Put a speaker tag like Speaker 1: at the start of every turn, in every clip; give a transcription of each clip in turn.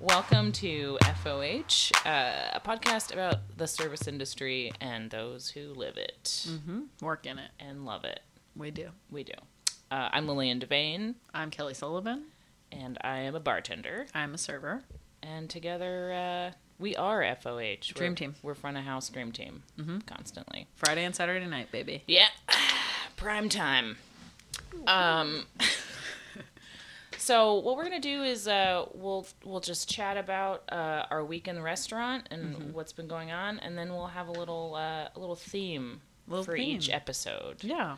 Speaker 1: Welcome to FOH, uh, a podcast about the service industry and those who live it
Speaker 2: Mm-hmm. Work in it.
Speaker 1: and love it.
Speaker 2: We do.
Speaker 1: We do. Uh, I'm Lillian Devane,
Speaker 2: I'm Kelly Sullivan.
Speaker 1: and I am a bartender.
Speaker 2: I'm a server.
Speaker 1: And together, uh, we are FOH.
Speaker 2: Dream
Speaker 1: We're-
Speaker 2: team. Mm-hmm.
Speaker 1: We're front of house dream team constantly.
Speaker 2: Friday and Saturday night, baby.
Speaker 1: Yeah, prime time. Um, so what we're gonna do is uh, we'll we'll just chat about uh, our week in the restaurant and
Speaker 2: Mm-hmm.
Speaker 1: what's been going on, and then we'll have a little uh, a little theme
Speaker 2: Little
Speaker 1: for each
Speaker 2: theme.
Speaker 1: episode.
Speaker 2: Yeah.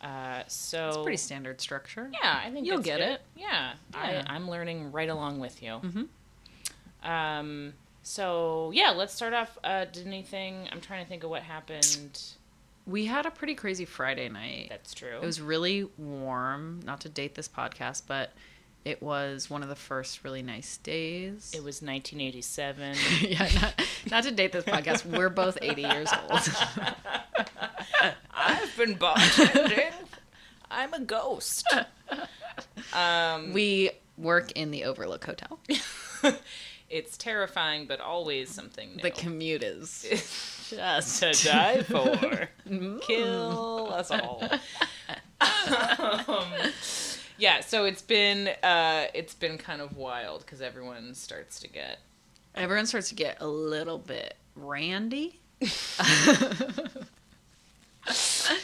Speaker 1: Uh, so
Speaker 2: It's pretty standard structure.
Speaker 1: yeah, I think
Speaker 2: You'll
Speaker 1: that's
Speaker 2: get
Speaker 1: good.
Speaker 2: it.
Speaker 1: Yeah,
Speaker 2: Yeah. Mm-hmm.
Speaker 1: I, I'm learning right along with you. Um, so yeah, let's start off. Uh, did anything? I'm trying to think of what happened.
Speaker 2: We had a pretty crazy Friday night.
Speaker 1: That's true.
Speaker 2: It was really warm, not to date this podcast, but it was one of the first really nice days.
Speaker 1: it was 1987.
Speaker 2: yeah, not, not to date this podcast. We're both 80 years old.
Speaker 1: I've been bartending. I'm a ghost. Um,
Speaker 2: we work in the Overlook Hotel.
Speaker 1: it's terrifying, but always something new.
Speaker 2: The commute is just
Speaker 1: to die for. Kill us all. um, yeah, so it's been uh, it's been kind of wild because everyone starts to get
Speaker 2: Everyone starts to get a little bit randy.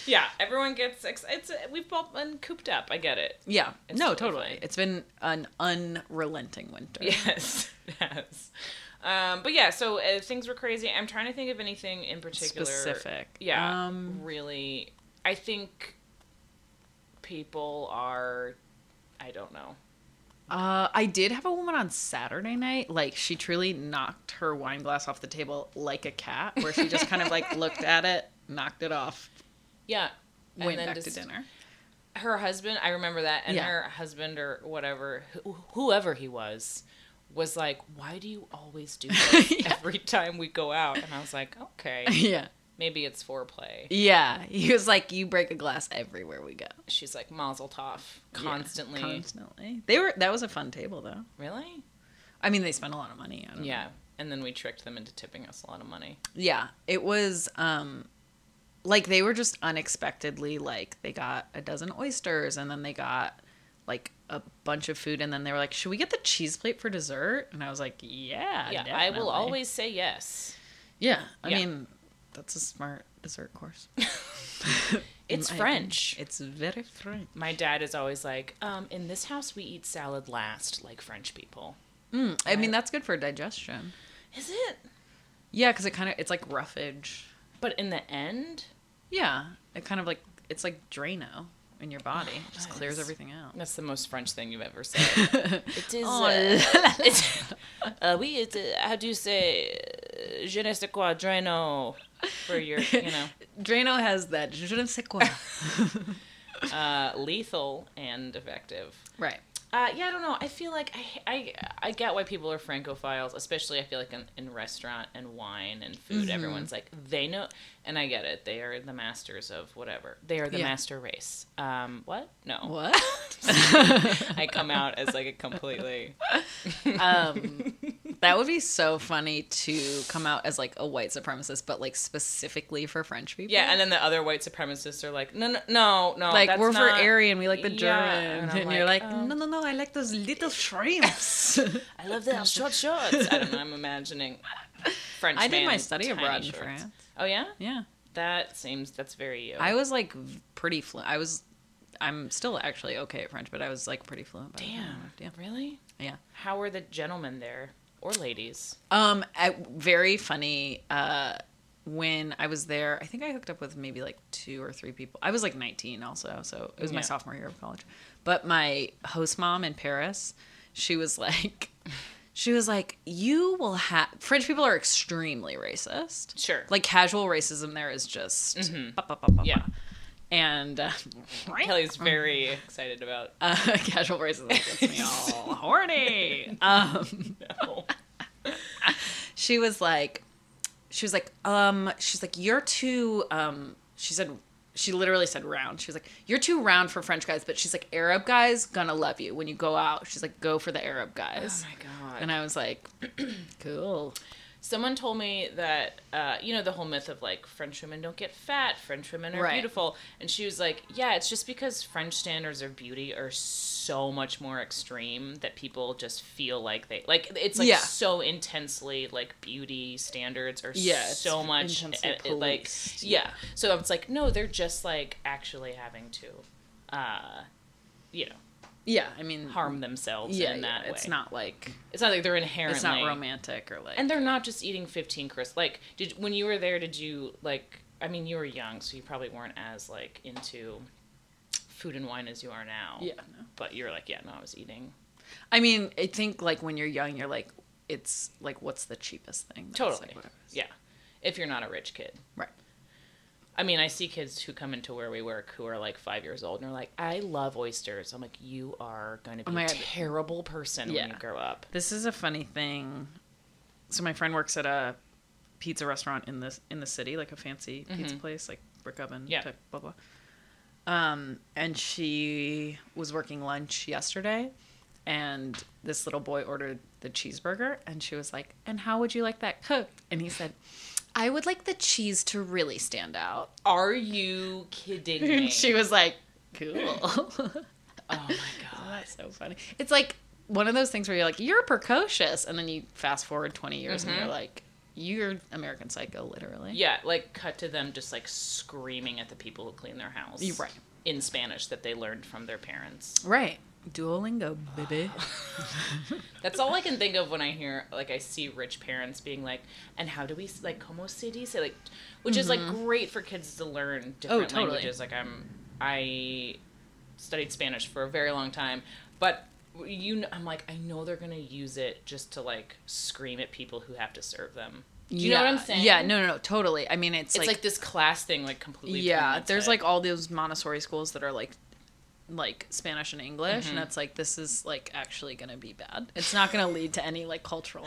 Speaker 1: yeah, everyone gets ex- it's we've all been cooped up. I get it.
Speaker 2: Yeah.
Speaker 1: It's
Speaker 2: no,
Speaker 1: totally
Speaker 2: totally.
Speaker 1: fine.
Speaker 2: It's been an unrelenting winter.
Speaker 1: Yes, yes. Um, but yeah, so uh, things were crazy. I'm trying to think of anything in particular.
Speaker 2: Specific.
Speaker 1: Yeah.
Speaker 2: Um,
Speaker 1: really, I think people are. I don't know.
Speaker 2: Uh, I did have a woman on Saturday night. Like, she truly knocked her wine glass off the table like a cat, where she just kind of like looked at it, knocked it off,
Speaker 1: Yeah. And
Speaker 2: went
Speaker 1: then
Speaker 2: back to
Speaker 1: just-
Speaker 2: dinner.
Speaker 1: Her husband, I remember that, and
Speaker 2: Yeah.
Speaker 1: her husband or whatever, wh- whoever he was, was like, "Why do you always do this
Speaker 2: Yeah.
Speaker 1: every time we go out?" And I was like, "Okay,
Speaker 2: yeah.
Speaker 1: maybe it's foreplay."
Speaker 2: Yeah. He was like, You break a glass everywhere we go.
Speaker 1: She's like, "Mazel tov," constantly.
Speaker 2: Yeah, constantly. They were, that was a fun table, though.
Speaker 1: really?
Speaker 2: I mean, they spent a lot of money. I don't know.
Speaker 1: Yeah. And then we tricked them into tipping us a lot of money.
Speaker 2: Yeah, it was um like they were just unexpectedly like they got a dozen oysters and then they got like a bunch of food and then they were like, "Should we get the cheese plate for dessert?" And I was like, "Yeah,
Speaker 1: Yeah, I will
Speaker 2: definitely."
Speaker 1: always say yes.
Speaker 2: Yeah, I
Speaker 1: Yeah.
Speaker 2: mean, that's a smart dessert course. In
Speaker 1: It's
Speaker 2: my
Speaker 1: French.
Speaker 2: opinion. It's very French.
Speaker 1: My dad is always like, um, in this house we eat salad last, like French people.
Speaker 2: Mm, I mean, that's good for digestion.
Speaker 1: Is it?
Speaker 2: Yeah, cuz it kind of it's like roughage.
Speaker 1: But in the end,
Speaker 2: Yeah, it kind of like it's like Drano in your body. It just clears
Speaker 1: Nice.
Speaker 2: everything out.
Speaker 1: that's the most French thing you've ever said. it is.
Speaker 2: Oh,
Speaker 1: it's, uh, we it's uh, how do you say uh, je ne sais quoi drano for your you know
Speaker 2: Drano has that je ne sais quoi.
Speaker 1: uh, lethal and effective.
Speaker 2: right.
Speaker 1: Uh, yeah, I don't know. I feel like I, I I get why people are francophiles, especially I feel like in, in restaurant and wine and food.
Speaker 2: Mm-hmm.
Speaker 1: Everyone's like they know, and I get it. They are the masters of whatever. They are the
Speaker 2: Yeah.
Speaker 1: master race. Um, what? No,
Speaker 2: What?
Speaker 1: I come out as like a completely
Speaker 2: um, that would be so funny to come out as like a white supremacist, but like specifically for French people.
Speaker 1: yeah. And then the other white supremacists are like, no, no, no, no.
Speaker 2: like
Speaker 1: that's
Speaker 2: we're for
Speaker 1: not-
Speaker 2: Aryan, we like the
Speaker 1: Yeah,
Speaker 2: German,
Speaker 1: and I'm
Speaker 2: and, you're
Speaker 1: like,
Speaker 2: like,
Speaker 1: um,
Speaker 2: no, no, no, I like those little shrimps.
Speaker 1: I love their short shorts. I don't know. I'm imagining French.
Speaker 2: I did my
Speaker 1: man's
Speaker 2: study
Speaker 1: tiny
Speaker 2: abroad in
Speaker 1: shorts.
Speaker 2: France.
Speaker 1: Oh yeah,
Speaker 2: Yeah,
Speaker 1: that seems that's very you.
Speaker 2: I was like v- pretty fluent. I was, I'm still actually okay at French, but I was like pretty fluent. By the time I
Speaker 1: Damn.
Speaker 2: left. yeah,
Speaker 1: Really?
Speaker 2: yeah.
Speaker 1: How were the gentlemen there or ladies?
Speaker 2: Um, I, very funny. Uh, when I was there, I think I hooked up with maybe like two or three people. I was like 19 also, so it was my
Speaker 1: Yeah.
Speaker 2: sophomore year of college. But my host mom in Paris, she was like, she was like, you will have French people are extremely racist.
Speaker 1: Sure.
Speaker 2: Like casual racism there is just bah, bah, bah, bah,
Speaker 1: Mm-hmm. Yeah.
Speaker 2: bah. And uh,
Speaker 1: Kelly's very excited about.
Speaker 2: uh, casual racism gets me all horny. Um,
Speaker 1: No.
Speaker 2: she was like she was like um she's like you're too um she said she literally said round. She was like, "You're too round for French guys," but she's like, "Arab guys gonna love you when you go out." She's like, "Go for the Arab guys."
Speaker 1: Oh my god.
Speaker 2: and I was like, "Cool."
Speaker 1: Someone told me that uh, you know the whole myth of like French women don't get fat, French women are
Speaker 2: Right.
Speaker 1: beautiful, and she was like, "Yeah, it's just because French standards of beauty are so much more extreme that people just feel like they like it's like
Speaker 2: Yeah.
Speaker 1: so intensely like beauty standards are
Speaker 2: Yeah, it's
Speaker 1: so much
Speaker 2: intensely
Speaker 1: uh, uh, like
Speaker 2: policed,
Speaker 1: yeah. So it's like no, they're just like actually having to, uh, you know,
Speaker 2: Yeah, I mean,
Speaker 1: harm themselves
Speaker 2: yeah,
Speaker 1: in that
Speaker 2: yeah,
Speaker 1: way.
Speaker 2: it's not like
Speaker 1: It's not like they're inherently
Speaker 2: it's not romantic or like.
Speaker 1: and they're not just eating 15 crisps. Like, did when you were there, did you like? I mean, you were young, so you probably weren't as like into food and wine as you are now.
Speaker 2: yeah, no.
Speaker 1: But you were like, yeah, no, I was eating.
Speaker 2: I mean, I think like when you're young, you're like, it's like, what's the cheapest thing? That's,
Speaker 1: Totally.
Speaker 2: like, whatever.
Speaker 1: yeah. If you're not a rich kid.
Speaker 2: Right.
Speaker 1: I mean, I see kids who come into where we work who are like five years old and are like, I love oysters. I'm like, you are going to be
Speaker 2: my
Speaker 1: a
Speaker 2: God.
Speaker 1: terrible person when
Speaker 2: Yeah.
Speaker 1: you grow up.
Speaker 2: This is a funny thing. So my friend works at a pizza restaurant in the in the city, like a fancy pizza place, like brick oven
Speaker 1: Yeah.
Speaker 2: type, blah blah. Um, and she was working lunch yesterday, and this little boy ordered the cheeseburger, and she was like, "And how would you like that cooked?" And he said, "I would like the cheese to really stand out."
Speaker 1: Are you kidding me?
Speaker 2: And she was like, "Cool."
Speaker 1: oh my god.
Speaker 2: That's so funny. It's like one of those things where you're like, you're precocious, and then you fast forward 20 years and
Speaker 1: Mm-hmm.
Speaker 2: you're like, you're American Psycho, literally.
Speaker 1: Yeah, like cut to them just like screaming at the people who clean their house.
Speaker 2: You're right.
Speaker 1: In Spanish that they learned from their parents.
Speaker 2: Right. Duolingo, baby.
Speaker 1: That's all I can think of when I hear like I see rich parents being like, and how do we like como se dice like, which is like great for kids to learn different
Speaker 2: Mm-hmm. Oh, totally.
Speaker 1: languages. Like I'm I studied Spanish for a very long time, but you know, I'm like I know they're gonna use it just to like scream at people who have to serve them. Do you know what I'm
Speaker 2: Yeah.
Speaker 1: saying?
Speaker 2: Yeah, no, no, no, totally. I mean, it's,
Speaker 1: It's like,
Speaker 2: like,
Speaker 1: this class thing, like completely.
Speaker 2: yeah,
Speaker 1: permeates
Speaker 2: there's
Speaker 1: it.
Speaker 2: like all those Montessori schools that are like, like Spanish and English,
Speaker 1: Mm-hmm.
Speaker 2: and it's like this is like actually gonna be bad. It's not gonna lead to any like cultural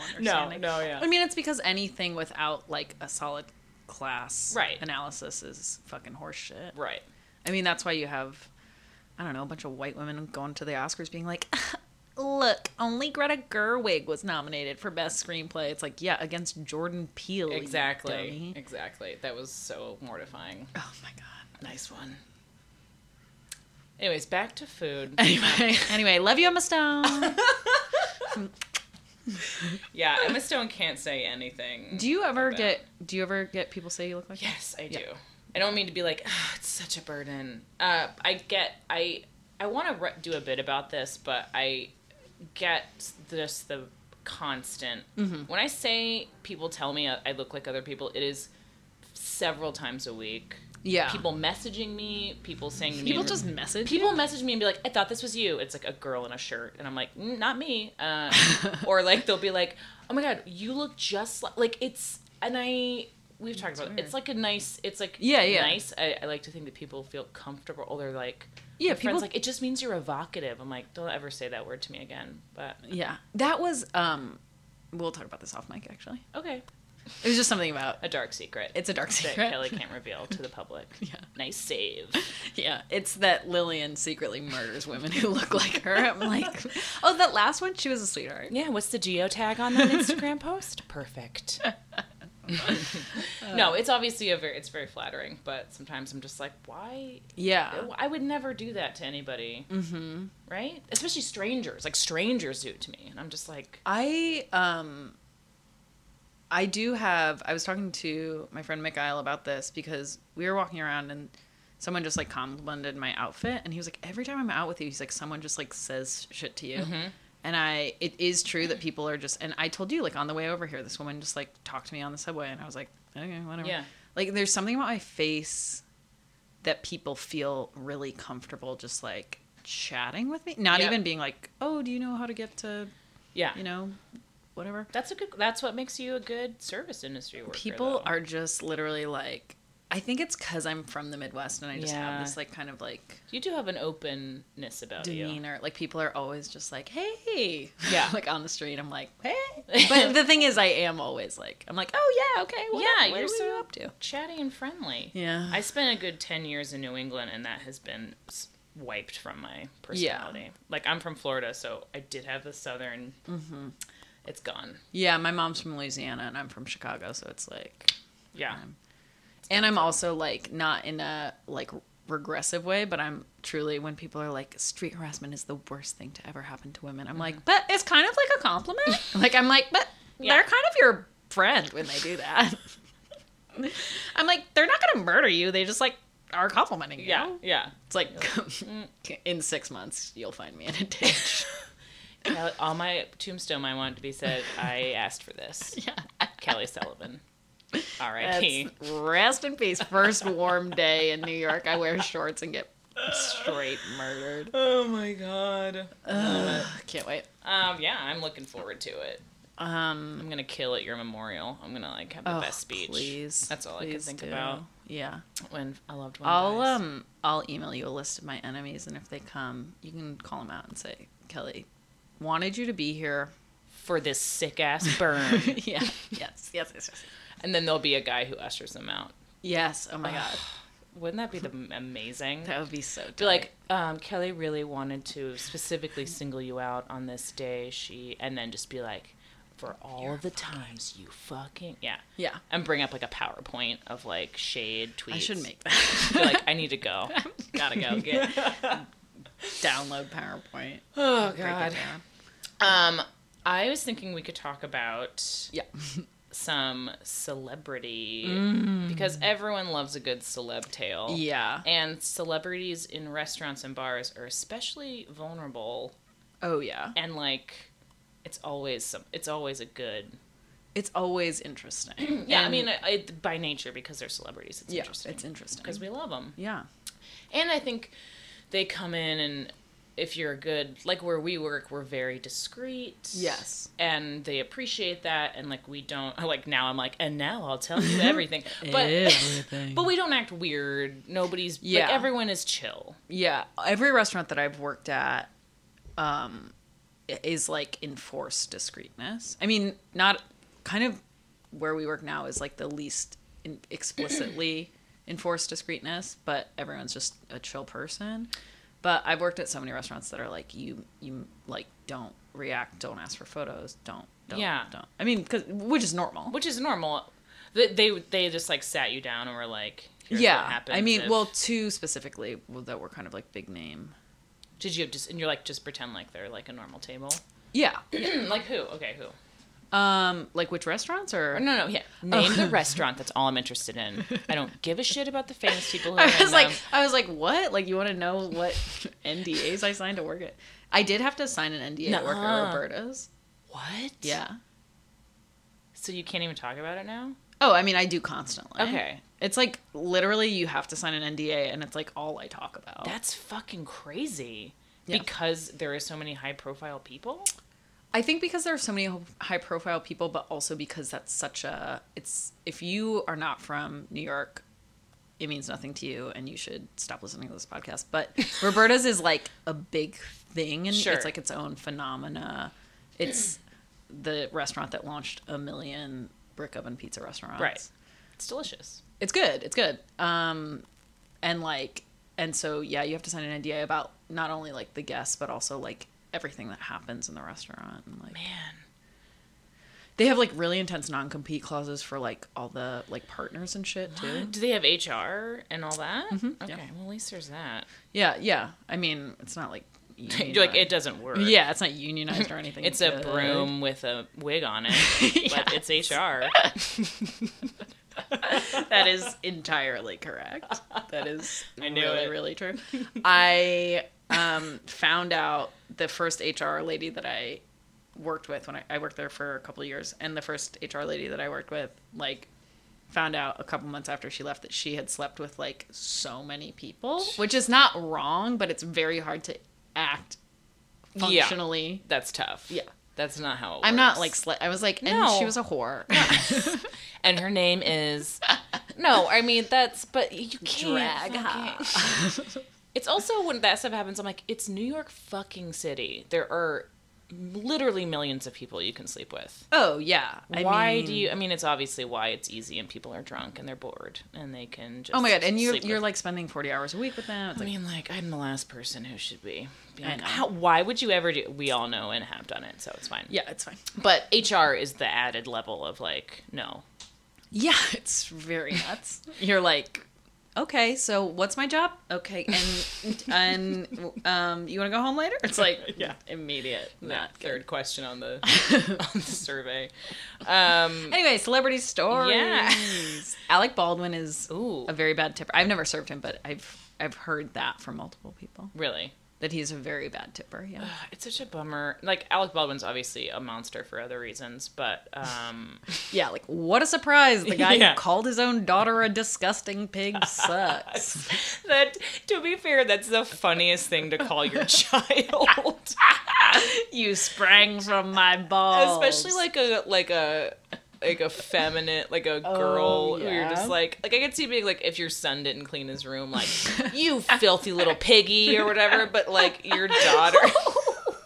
Speaker 2: understanding.
Speaker 1: no, yeah.
Speaker 2: I mean, it's because anything without like a solid class
Speaker 1: Right.
Speaker 2: analysis is fucking horseshit.
Speaker 1: right.
Speaker 2: I mean, that's why you have, I don't know, a bunch of white women going to the Oscars being like, look, only Greta Gerwig was nominated for Best Screenplay. It's like, yeah, against Jordan Peele. you
Speaker 1: Exactly.
Speaker 2: dummy.
Speaker 1: Exactly. That was so mortifying.
Speaker 2: Oh my God.
Speaker 1: Nice one. Anyways, back to food.
Speaker 2: Anyway, anyway, love you, Emma Stone.
Speaker 1: yeah, Emma Stone can't say anything.
Speaker 2: do you ever
Speaker 1: about-
Speaker 2: get, do you ever get people say you look like her?
Speaker 1: Yes, I do.
Speaker 2: Yeah.
Speaker 1: I don't mean to be like, ah, it's such a burden. Uh, I get, I, I want to re- do a bit about this, but I get this the constant.
Speaker 2: Mm-hmm.
Speaker 1: When I say people tell me I I look like other people, it is several times a week.
Speaker 2: Yeah.
Speaker 1: People messaging me, people saying to me,
Speaker 2: Ah. People just message you?
Speaker 1: people message me and be like, "I thought this was you." It's like a girl in a shirt, and I'm like, "Mm, "Not me." Uh, or like they'll be like, "Oh my god, you look just like like it's." And I we've talked about it.
Speaker 2: weird.
Speaker 1: it's like a nice. It's like
Speaker 2: Yeah, yeah.
Speaker 1: nice. I, I like to think that people feel comfortable. Or they're like,
Speaker 2: Yeah,
Speaker 1: my friends
Speaker 2: people-
Speaker 1: like it just means you're evocative. I'm like, don't ever say that word to me again. But
Speaker 2: Yeah. That was, um, we'll talk about this off mic, actually.
Speaker 1: okay,
Speaker 2: It was just something about,
Speaker 1: a dark secret.
Speaker 2: it's a dark
Speaker 1: that
Speaker 2: secret.
Speaker 1: Kelly can't reveal to the public.
Speaker 2: Yeah.
Speaker 1: Nice save.
Speaker 2: Yeah, it's that Lillian secretly murders women who look like her. I'm like, oh, that last one, she was a sweetheart.
Speaker 1: Yeah, what's the geotag on that Instagram post? Perfect. no, it's obviously a very it's very flattering, but sometimes I'm just like, why?
Speaker 2: Yeah,
Speaker 1: I would never do that to anybody, mm-hmm. right? Especially strangers. Like strangers do it to me, and I'm just like,
Speaker 2: I um, I do have. I was talking to my friend Mikhail about this because we were walking around and someone just like complimented my outfit, and he was like, every time I'm out with you, he's like, someone just like says shit to you. And I, it is true that people are just, and I told you, like, on the way over here, this woman just, like, talked to me on the subway, and I was like, okay, whatever.
Speaker 1: Yeah.
Speaker 2: Like, there's something about my face that people feel really comfortable just like chatting with me not
Speaker 1: Yeah.
Speaker 2: even being like oh do you know how to get to
Speaker 1: yeah,
Speaker 2: you know whatever
Speaker 1: that's a good. That's what makes you a good service industry worker.
Speaker 2: people
Speaker 1: though.
Speaker 2: are just literally like I think it's because I'm from the Midwest and I just
Speaker 1: Yeah.
Speaker 2: have this like kind of like
Speaker 1: You do have an openness
Speaker 2: Oh,
Speaker 1: about you.
Speaker 2: demeanor. Like people are always just like, hey,
Speaker 1: Yeah.
Speaker 2: like on the street, I'm like, hey. But the thing is, I am always like, I'm like, oh yeah, okay, what
Speaker 1: Yeah,
Speaker 2: up? What
Speaker 1: you're
Speaker 2: are
Speaker 1: so-
Speaker 2: you up to?
Speaker 1: Chatty and friendly.
Speaker 2: Yeah,
Speaker 1: I spent a good 10 years in New England, and that has been s- wiped from my personality. Like, I'm from Florida, so I did have the southern.
Speaker 2: Mm-hmm.
Speaker 1: It's gone.
Speaker 2: yeah. My mom's from Louisiana and I'm from Chicago, so it's like,
Speaker 1: Yeah.
Speaker 2: and I'm also like not in a like regressive way, but I'm truly when people are like street harassment is the worst thing to ever happen to women. I'm like, but it's kind of like a compliment. like I'm like, but
Speaker 1: Mm-hmm. Yeah.
Speaker 2: they're kind of your friend when they do that. I'm like, they're not gonna murder you. They just like are complimenting you.
Speaker 1: Yeah. Yeah. Mm.
Speaker 2: It's like in six months you'll find me in a ditch.
Speaker 1: Kel- On my tombstone, I want it to be said, I asked for this.
Speaker 2: yeah.
Speaker 1: Kelly Sullivan. R.I.P.
Speaker 2: That's, rest in peace. First warm day in New York, I wear shorts and get straight murdered.
Speaker 1: Oh my god.
Speaker 2: Can't wait.
Speaker 1: Um, yeah, I'm looking forward to it.
Speaker 2: Um,
Speaker 1: I'm gonna kill at your memorial. I'm gonna like have the
Speaker 2: oh,
Speaker 1: best speech.
Speaker 2: Please,
Speaker 1: That's all I could
Speaker 2: please
Speaker 1: think
Speaker 2: do.
Speaker 1: about
Speaker 2: Yeah,
Speaker 1: when a loved one
Speaker 2: I'll
Speaker 1: dies.
Speaker 2: um, I'll email you a list of my enemies, and if they come, you can call them out and say, Kelly, wanted you to be here.
Speaker 1: for this sick ass burn.
Speaker 2: yeah. Yes. Yes. Yes. Yes.
Speaker 1: and then there'll be a guy who ushers them out.
Speaker 2: Yes. Oh my god,
Speaker 1: Wouldn't that be the amazing?
Speaker 2: that would be so.
Speaker 1: Be
Speaker 2: tight.
Speaker 1: like, um, Kelly really wanted to specifically single you out on this day. She and then just be like, for all the times you fucking yeah,
Speaker 2: yeah.
Speaker 1: and bring up like a PowerPoint of like shade tweets.
Speaker 2: I should make that
Speaker 1: Be like, I need to go. Gotta go. Get.
Speaker 2: download PowerPoint.
Speaker 1: Oh
Speaker 2: Break it
Speaker 1: God.
Speaker 2: down.
Speaker 1: Um, I was thinking we could talk about
Speaker 2: Yeah.
Speaker 1: some celebrity
Speaker 2: Mm-hmm.
Speaker 1: because everyone loves a good celeb tale.
Speaker 2: Yeah.
Speaker 1: And celebrities in restaurants and bars are especially vulnerable
Speaker 2: Oh yeah.
Speaker 1: and like it's always some it's always a good
Speaker 2: It's always interesting.
Speaker 1: yeah i
Speaker 2: And-
Speaker 1: mean I it, by nature because they're celebrities it's
Speaker 2: uh, yeah,
Speaker 1: interesting
Speaker 2: it's interesting.
Speaker 1: because we love them
Speaker 2: yeah.
Speaker 1: and i think they come in and if you're a good like where we work we're very discreet
Speaker 2: Yes.
Speaker 1: and they appreciate that and like we don't like now i'm like and now i'll tell you everything but
Speaker 2: Everything.
Speaker 1: but we don't act weird nobody's
Speaker 2: Yeah.
Speaker 1: like everyone is chill
Speaker 2: Yeah, every restaurant that I've worked at um i- is like enforced discreetness. I mean, not kind of where we work now is like the least in, explicitly enforced discreetness, but everyone's just a chill person. But I've worked at so many restaurants that are like you you like don't react, don't ask for photos, don't don't
Speaker 1: Yeah.
Speaker 2: don't. I mean, cuz which is normal.
Speaker 1: which is normal they they, they just like sat you down and were like Here's what
Speaker 2: yeah.
Speaker 1: happens
Speaker 2: I mean,
Speaker 1: if-
Speaker 2: well, two specifically well, that were kind of like big name.
Speaker 1: Did you just and you're like just pretend like they're like a normal table?
Speaker 2: Yeah.
Speaker 1: like who? Okay, who?
Speaker 2: Um like which restaurants or
Speaker 1: No, no, yeah. Name the restaurant. That's all I'm interested in. I don't give a shit about the famous people. Who are
Speaker 2: I was
Speaker 1: in
Speaker 2: like,
Speaker 1: them.
Speaker 2: I was like, what? Like, you want to know what NDAs I signed to work at? I did have to sign an NDA to work at
Speaker 1: Nuh-uh.
Speaker 2: Roberta's.
Speaker 1: what?
Speaker 2: Yeah.
Speaker 1: So you can't even talk about it now.
Speaker 2: Oh, I mean, I do constantly.
Speaker 1: Okay.
Speaker 2: It's like literally you have to sign an NDA, and it's like all I talk about.
Speaker 1: That's fucking crazy.
Speaker 2: Yeah.
Speaker 1: Oh. Because there are so many high profile people.
Speaker 2: I think because there are so many high profile people, but also because that's such a it's if you are not from New York, it means nothing to you, and you should stop listening to this podcast. But Roberta's is like a big thing, and
Speaker 1: Sure.
Speaker 2: it's like its own phenomena. It's the restaurant that launched a million brick oven pizza restaurants.
Speaker 1: Right. It's delicious.
Speaker 2: It's good. It's good. Um, and like, and so yeah, you have to sign an NDA about not only like the guests, but also like everything that happens in the restaurant. And, like,
Speaker 1: Man.
Speaker 2: they have like really intense non compete clauses for like all the like partners and shit too.
Speaker 1: Do they have HR and all that? Okay.
Speaker 2: yeah.
Speaker 1: Well, at least there's that.
Speaker 2: Yeah, yeah. I mean, it's not like
Speaker 1: You're like it doesn't work.
Speaker 2: Yeah, it's not unionized or anything.
Speaker 1: It's a
Speaker 2: good.
Speaker 1: broom with a wig on it, but it's HR.
Speaker 2: That is entirely correct. That is
Speaker 1: I knew
Speaker 2: really,
Speaker 1: it.
Speaker 2: really true. I um, found out the first HR lady that I worked with when I, I worked there for a couple of years, and the first HR lady that I worked with, like, found out a couple months after she left that she had slept with like so many people, which is not wrong, but it's very hard to act
Speaker 1: Yeah.
Speaker 2: functionally.
Speaker 1: That's tough.
Speaker 2: Yeah.
Speaker 1: That's not how it works.
Speaker 2: I'm not like slut. I was like, and
Speaker 1: No.
Speaker 2: she was a whore.
Speaker 1: And her name is No, I mean that's but you can't.
Speaker 3: Drag
Speaker 1: fucking- It's also when that stuff happens, I'm like, it's New York fucking city. There are literally millions of people you can sleep with.
Speaker 2: oh yeah. I
Speaker 1: why
Speaker 2: mean-
Speaker 1: do you? I mean, it's obviously why it's easy and people are drunk and they're bored and they can just.
Speaker 2: Oh my god! And you're
Speaker 1: sleep
Speaker 2: you're
Speaker 1: with-
Speaker 2: like spending forty hours a week with them. It's
Speaker 1: I
Speaker 2: like,
Speaker 1: mean, like I'm the last person who should be. being
Speaker 2: I
Speaker 1: like,
Speaker 2: know.
Speaker 1: How, why would you ever do? We all know and have done it, so it's fine.
Speaker 2: yeah, it's fine.
Speaker 1: But HR is the added level of like, no,
Speaker 2: Yeah, it's very nuts. You're like, okay, so what's my job? Okay, and and um, you want to go home later? It's like
Speaker 1: Yeah.
Speaker 2: immediate,
Speaker 1: not
Speaker 2: not
Speaker 1: third
Speaker 2: good.
Speaker 1: question on the on the survey. Um,
Speaker 2: Anyway, celebrity stories.
Speaker 1: Yeah.
Speaker 2: Alec Baldwin is
Speaker 1: ooh,
Speaker 2: a very bad tipper. I've never served him, but I've I've heard that from multiple people
Speaker 1: really?
Speaker 2: that he's a very bad tipper. Yeah.
Speaker 1: It's such a bummer. Like Alec Baldwin's obviously a monster for other reasons, but um,
Speaker 2: Yeah, like what a surprise! The guy
Speaker 1: Yeah.
Speaker 2: who called his own daughter a disgusting pig sucks.
Speaker 1: that to be fair, that's the funniest thing to call your child,
Speaker 2: you sprang from my balls,
Speaker 1: especially like a like a like a feminine like a girl who you're
Speaker 2: yeah.
Speaker 1: just like like I could see being like if your son didn't clean his room like you filthy little piggy or whatever, but like your daughter. Wait,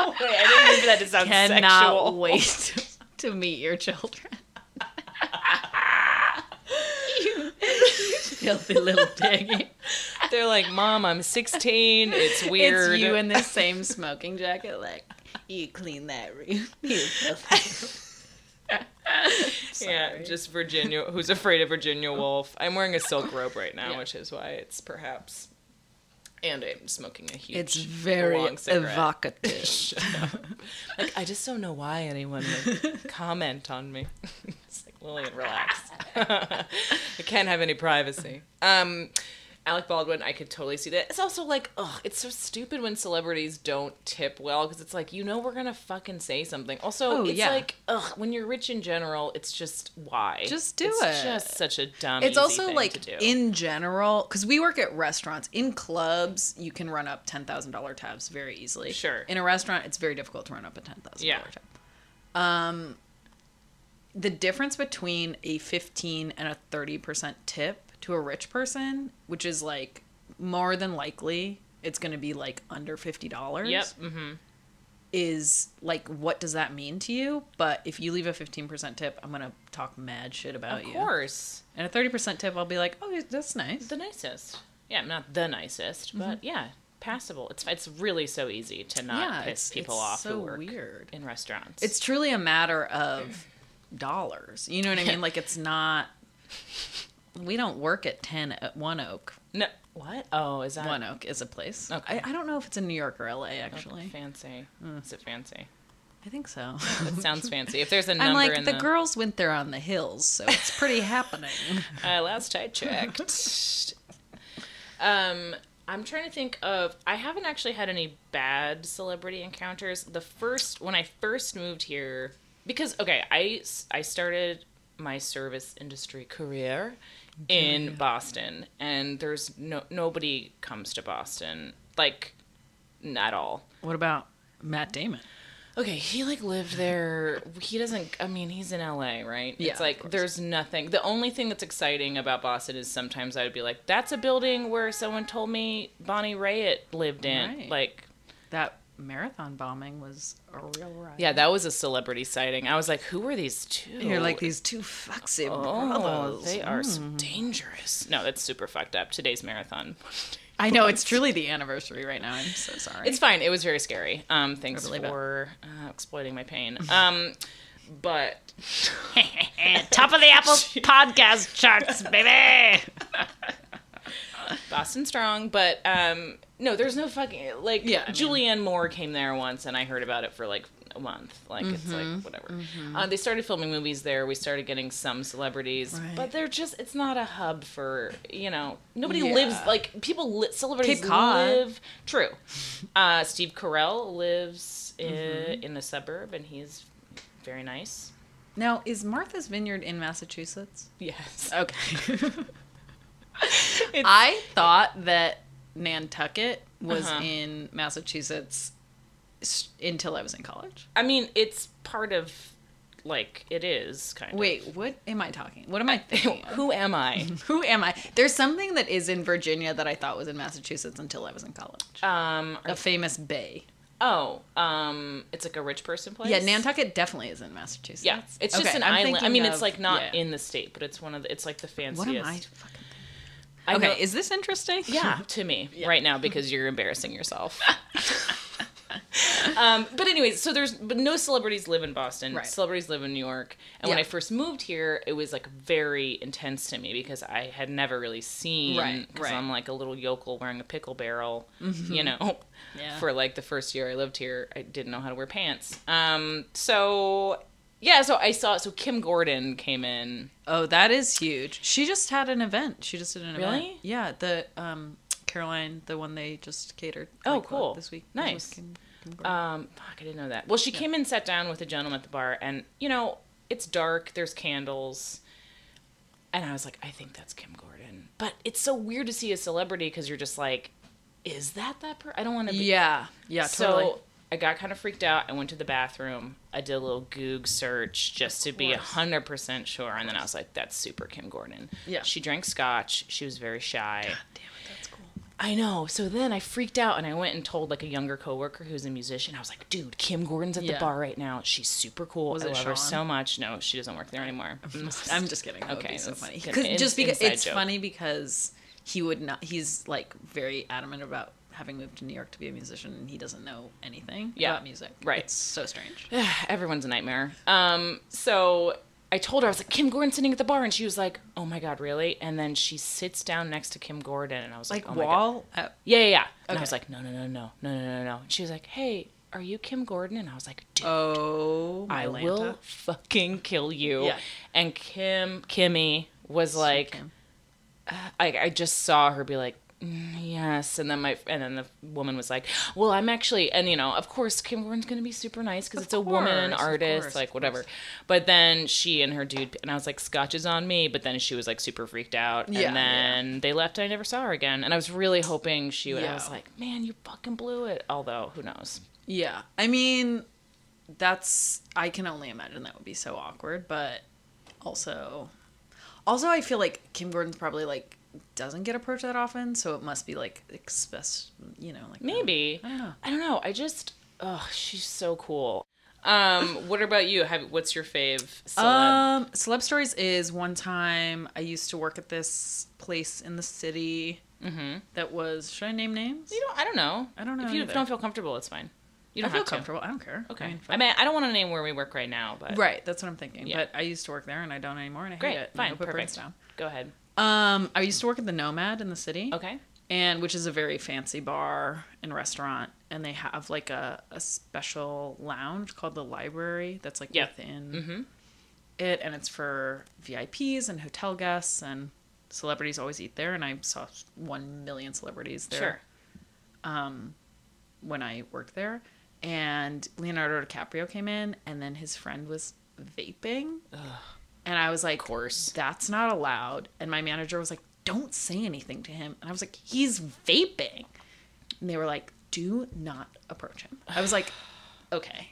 Speaker 1: I didn't mean for that to sound
Speaker 2: cannot
Speaker 1: sexual.
Speaker 2: wait to meet your children. you filthy little piggy.
Speaker 1: They're like, Mom, I'm 16. It's weird.
Speaker 2: It's you in the same smoking jacket, like you clean that room. You filthy.
Speaker 1: Yeah,
Speaker 2: Sorry.
Speaker 1: just Virginia, who's afraid of Virginia Woolf. I'm wearing a silk robe right now,
Speaker 2: Yeah.
Speaker 1: which is why it's perhaps. And I'm smoking a huge.
Speaker 2: It's very
Speaker 1: long cigarette.
Speaker 2: evocative.
Speaker 1: like I just don't know why anyone would comment on me. it's like Lillian, relax. I can't have any privacy. Um, Alec Baldwin, I could totally see that. It's also like, ugh, it's so stupid when celebrities don't tip well because it's like you know we're gonna fucking say something. Also,
Speaker 2: Oh,
Speaker 1: it's
Speaker 2: yeah.
Speaker 1: like, ugh, when you're rich in general, it's just why
Speaker 2: Just do
Speaker 1: It's
Speaker 2: it.
Speaker 1: Just such a dumb.
Speaker 2: It's
Speaker 1: easy
Speaker 2: also
Speaker 1: thing
Speaker 2: like
Speaker 1: to do.
Speaker 2: in general, because we work at restaurants. In clubs, you can run up ten thousand dollar tabs very easily.
Speaker 1: Sure.
Speaker 2: In a restaurant, it's very difficult to run up a ten thousand
Speaker 1: Yeah.
Speaker 2: dollar tab. Um, the difference between a fifteen and a thirty percent tip to a rich person, which is like more than likely it's going to be like under fifty dollars.
Speaker 1: Yep. Mm-hmm.
Speaker 2: Is like, what does that mean to you? But if you leave a fifteen percent tip, I'm gonna talk mad shit about
Speaker 1: Of
Speaker 2: you.
Speaker 1: course,
Speaker 2: And a 30% tip, I'll be like, oh, that's nice.
Speaker 1: the nicest. Yeah, not the nicest, but yeah, passable. It's it's really so easy to not
Speaker 2: Mm-hmm. Yeah,
Speaker 1: piss
Speaker 2: it's-
Speaker 1: people
Speaker 2: it's
Speaker 1: off
Speaker 2: so
Speaker 1: who work
Speaker 2: weird.
Speaker 1: in restaurants.
Speaker 2: It's truly a matter of dollars. You know what I mean? Like, it's not. We don't work at 10 at One Oak.
Speaker 1: no what? Oh, is that
Speaker 2: One Oak is a place.
Speaker 1: Okay.
Speaker 2: I, I don't know if it's in New York or LA, actually. Mm.
Speaker 1: fancy? Is it fancy?
Speaker 2: I think so.
Speaker 1: It sounds fancy. If there's a number
Speaker 2: I'm
Speaker 1: in
Speaker 2: like,
Speaker 1: the,
Speaker 2: the girls went there on the hills, so it's pretty happening.
Speaker 1: uh, last I checked. um, I'm trying to think of. I haven't actually had any bad celebrity encounters. The first when I first moved here, because okay, I s- I started my service industry career in Boston, and there's no nobody comes to Boston like n- at all.
Speaker 2: What about Matt Damon?
Speaker 1: Okay, he like lived there. He doesn't. I mean, he's in LA, right?
Speaker 2: Yeah,
Speaker 1: it's
Speaker 2: of
Speaker 1: like
Speaker 2: course.
Speaker 1: there's nothing. The only thing that's exciting about Boston is sometimes I would be like, "That's a building where someone told me Bonnie Raitt lived in."
Speaker 2: Right.
Speaker 1: Like,
Speaker 2: That marathon bombing was a real riot.
Speaker 1: yeah, that was a celebrity sighting. I was like, "Who are these two?
Speaker 2: You're like, these Mm-hmm. two foxy
Speaker 1: oh,
Speaker 2: brothers.
Speaker 1: they are s dangerous." No, that's super fucked up. Today's marathon.
Speaker 2: I know, it's truly the anniversary right now. I'm so sorry.
Speaker 1: It's fine. It was very scary. Um, thanks
Speaker 2: believe it.
Speaker 1: for uh, exploiting my pain. Um, but
Speaker 2: Top of the Apple podcast charts, baby.
Speaker 1: Boston Strong, but um, no, there's no fucking like
Speaker 2: Yeah, I mean-
Speaker 1: Julianne Moore came there once, and I heard about it for like a month. Like it's
Speaker 2: Mm-hmm,
Speaker 1: like whatever. Uh, they started filming movies there. We started getting some celebrities,
Speaker 2: Right.
Speaker 1: but they're just it's not a hub for you know nobody
Speaker 2: Yeah.
Speaker 1: lives like people li- celebrities
Speaker 2: Cape Cod.
Speaker 1: live true. Uh, Steve Carell lives in,
Speaker 2: Mm-hmm.
Speaker 1: in a suburb, and he's very nice.
Speaker 2: Now, is Martha's Vineyard in Massachusetts?
Speaker 1: Yes,
Speaker 2: Okay. I thought that Nantucket was
Speaker 1: Uh-huh.
Speaker 2: in Massachusetts s- until I was in college.
Speaker 1: I mean, it's part of like it is kind
Speaker 2: Wait, what am I talking? What am I thinking?
Speaker 1: of. Who am I?
Speaker 2: Who am I? There's something that is in Virginia that I thought was in Massachusetts until I was in college.
Speaker 1: Um,
Speaker 2: a famous bay.
Speaker 1: oh, um, it's like a rich person place.
Speaker 2: Yeah, Nantucket definitely is in Massachusetts.
Speaker 1: Yeah, it's just
Speaker 2: Okay,
Speaker 1: an
Speaker 2: I'm
Speaker 1: island. I
Speaker 2: thinking
Speaker 1: mean,
Speaker 2: of-
Speaker 1: it's like not
Speaker 2: yeah.
Speaker 1: in the state, but it's one of the. It's like the fanciest.
Speaker 2: What am I fucking?
Speaker 1: I
Speaker 2: okay,
Speaker 1: know-
Speaker 2: is this interesting?
Speaker 1: yeah to me right now because you're embarrassing yourself um, but anyways so there's but no celebrities live in boston
Speaker 2: Right.
Speaker 1: celebrities live in new york and when
Speaker 2: Yeah.
Speaker 1: i first moved here it was like very intense to me because i had never really seen
Speaker 2: Right,
Speaker 1: because
Speaker 2: right. Mm-hmm.
Speaker 1: i'm like a little yokel wearing a pickle barrel you know
Speaker 2: Yeah.
Speaker 1: for like the first year i lived here i didn't know how to wear pants um, so yeah so i saw so kim gordon came in
Speaker 2: Oh, that is huge. She just had an event. She just did an event.
Speaker 1: Really?
Speaker 2: Yeah, the um Caroline, the one they just catered.
Speaker 1: Oh,
Speaker 2: like,
Speaker 1: cool.
Speaker 2: This week.
Speaker 1: Nice.
Speaker 2: Was Kim- Kim Gordon.
Speaker 1: Um, fuck, I didn't know that. Well, she came and sat down with a gentleman at the bar, and you know, it's dark. There's candles, and I was like, I think that's Kim Gordon. But it's so weird to see a celebrity because you're just like, is that that person? I don't want to be.
Speaker 2: yeah, yeah,
Speaker 1: so
Speaker 2: totally.
Speaker 1: I got kind of freaked out. I went to the bathroom. I did a little Goog search just to be
Speaker 2: course.
Speaker 1: hundred percent sure, and then I was like, that's super Kim Gordon.
Speaker 2: Yeah.
Speaker 1: she drank scotch. She was very shy.
Speaker 2: Damn it, that's cool.
Speaker 1: I know. So then I freaked out and I went and told like a younger coworker who's a musician. I was like, dude, Kim Gordon's at
Speaker 2: Yeah.
Speaker 1: the bar right now. She's super cool.
Speaker 2: Was
Speaker 1: I
Speaker 2: it
Speaker 1: love her
Speaker 2: Sean?
Speaker 1: so much. No, she doesn't work there anymore.
Speaker 2: I'm just kidding. That okay, would
Speaker 1: Okay,
Speaker 2: be so
Speaker 1: that's
Speaker 2: funny.
Speaker 1: good.
Speaker 2: 'Cause-
Speaker 1: It's
Speaker 2: just because
Speaker 1: inside
Speaker 2: it's
Speaker 1: joke.
Speaker 2: funny because he would not. He's like very adamant about having moved to New York to be a musician, and he doesn't know anything
Speaker 1: Yeah,
Speaker 2: about music.
Speaker 1: right.
Speaker 2: It's so strange.
Speaker 1: Everyone's a nightmare. Um, so I told her I was like, Kim Gordon's sitting at the bar, and she was like, oh my god, really? And then she sits down next to Kim Gordon, and I was like,
Speaker 2: Like
Speaker 1: oh my god.
Speaker 2: wall. Up.
Speaker 1: Yeah, yeah, yeah. And I was
Speaker 2: Okay.
Speaker 1: like, no, no, no, no, no, no, no, no. And she was like, hey, are you Kim Gordon? And I was like, dude.
Speaker 2: Oh, my
Speaker 1: I
Speaker 2: Lanta.
Speaker 1: will fucking kill you.
Speaker 2: Yeah.
Speaker 1: And Kim, Kimmy was like,
Speaker 2: Kim.
Speaker 1: I, I just saw her be like, "Mm, yes. And then my, and then the woman was like, well, I'm actually, and you know, of course, Kim Gordon's going to be super nice because
Speaker 2: Of
Speaker 1: it's a woman
Speaker 2: course, of
Speaker 1: artist,
Speaker 2: course, of
Speaker 1: like whatever.
Speaker 2: course.
Speaker 1: But then she and her dude, and I was like, scotch is on me. But then she was like super freaked out.
Speaker 2: Yeah, yeah.
Speaker 1: and then they left. And I never saw her again. And I was really hoping she would, I
Speaker 2: Yeah.
Speaker 1: was like, man, you fucking blew it. Although who knows?
Speaker 2: Yeah, I mean, that's. I can only imagine that would be so awkward, but also, also I feel like Kim Gordon's probably like doesn't get approached that often, so it must be like express. You know, like a-
Speaker 1: Maybe.
Speaker 2: I don't know.
Speaker 1: I don't know. I just oh, she's so cool. Um, what about you? Have what's your fave celeb?
Speaker 2: Um, celeb stories is one time I used to work at this place in the city that was. Should I name names?
Speaker 1: Mm-hmm. you know, I don't know.
Speaker 2: I don't know
Speaker 1: If you
Speaker 2: either.
Speaker 1: don't feel comfortable, it's fine. You don't
Speaker 2: I feel
Speaker 1: have to.
Speaker 2: comfortable. I don't care.
Speaker 1: Okay.
Speaker 2: I
Speaker 1: I
Speaker 2: mean,
Speaker 1: mean,
Speaker 2: fuck.
Speaker 1: I, don't want to name where we work right now, but
Speaker 2: right. That's what I'm thinking.
Speaker 1: Yeah.
Speaker 2: But I used to work there, and I don't anymore, and I
Speaker 1: great,
Speaker 2: hate it. and
Speaker 1: fine,
Speaker 2: I'll put
Speaker 1: perfect.
Speaker 2: Burns down.
Speaker 1: Go ahead.
Speaker 2: Um, I used to work at the Nomad in the city.
Speaker 1: Okay.
Speaker 2: and which is a very fancy bar and restaurant and they have like a, a special lounge called the library that's like
Speaker 1: Yeah. Mm-hmm.
Speaker 2: within it and it's for vips and hotel guests and celebrities always eat there and i saw one million celebrities there
Speaker 1: Sure.
Speaker 2: when i worked there and leonardo dicaprio came in and then his friend was vaping and i was like of
Speaker 1: course.
Speaker 2: that's not allowed and my manager was like don't say anything to him and i was like he's vaping and they were like, "Do not approach him." I was like, "Okay."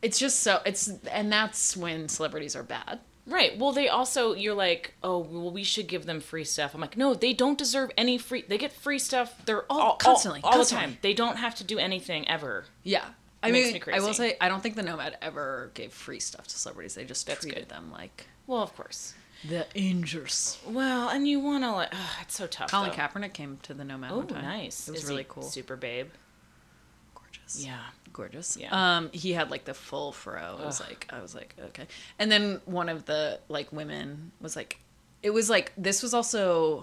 Speaker 2: It's just so it's and that's when celebrities are bad.
Speaker 1: Right. Well, they also you're like, oh, well, we should give them free stuff. I'm like, no, they don't deserve any free. They get free stuff. They're all all-
Speaker 2: constantly,
Speaker 1: all,
Speaker 2: constantly.
Speaker 1: the time. They don't have to do anything ever.
Speaker 2: Yeah. I
Speaker 1: Makes
Speaker 2: mean,
Speaker 1: me
Speaker 2: I will
Speaker 1: crazy.
Speaker 2: say I don't think the Nomad ever gave free stuff to celebrities. They just
Speaker 1: That's
Speaker 2: treated
Speaker 1: good.
Speaker 2: them like
Speaker 1: Well, of course.
Speaker 2: the angels.
Speaker 1: Well, and you want to like, ugh, it's so tough.
Speaker 2: Colin
Speaker 1: though.
Speaker 2: Kaepernick came to the Nomad.
Speaker 1: Oh,
Speaker 2: one time.
Speaker 1: nice.
Speaker 2: It was
Speaker 1: Is
Speaker 2: really
Speaker 1: he
Speaker 2: cool.
Speaker 1: Super babe.
Speaker 2: Gorgeous.
Speaker 1: Yeah.
Speaker 2: gorgeous.
Speaker 1: Yeah.
Speaker 2: Um, he had like the full fro. I was like, I was like, okay. And then one of the like women was like, it was like this was also,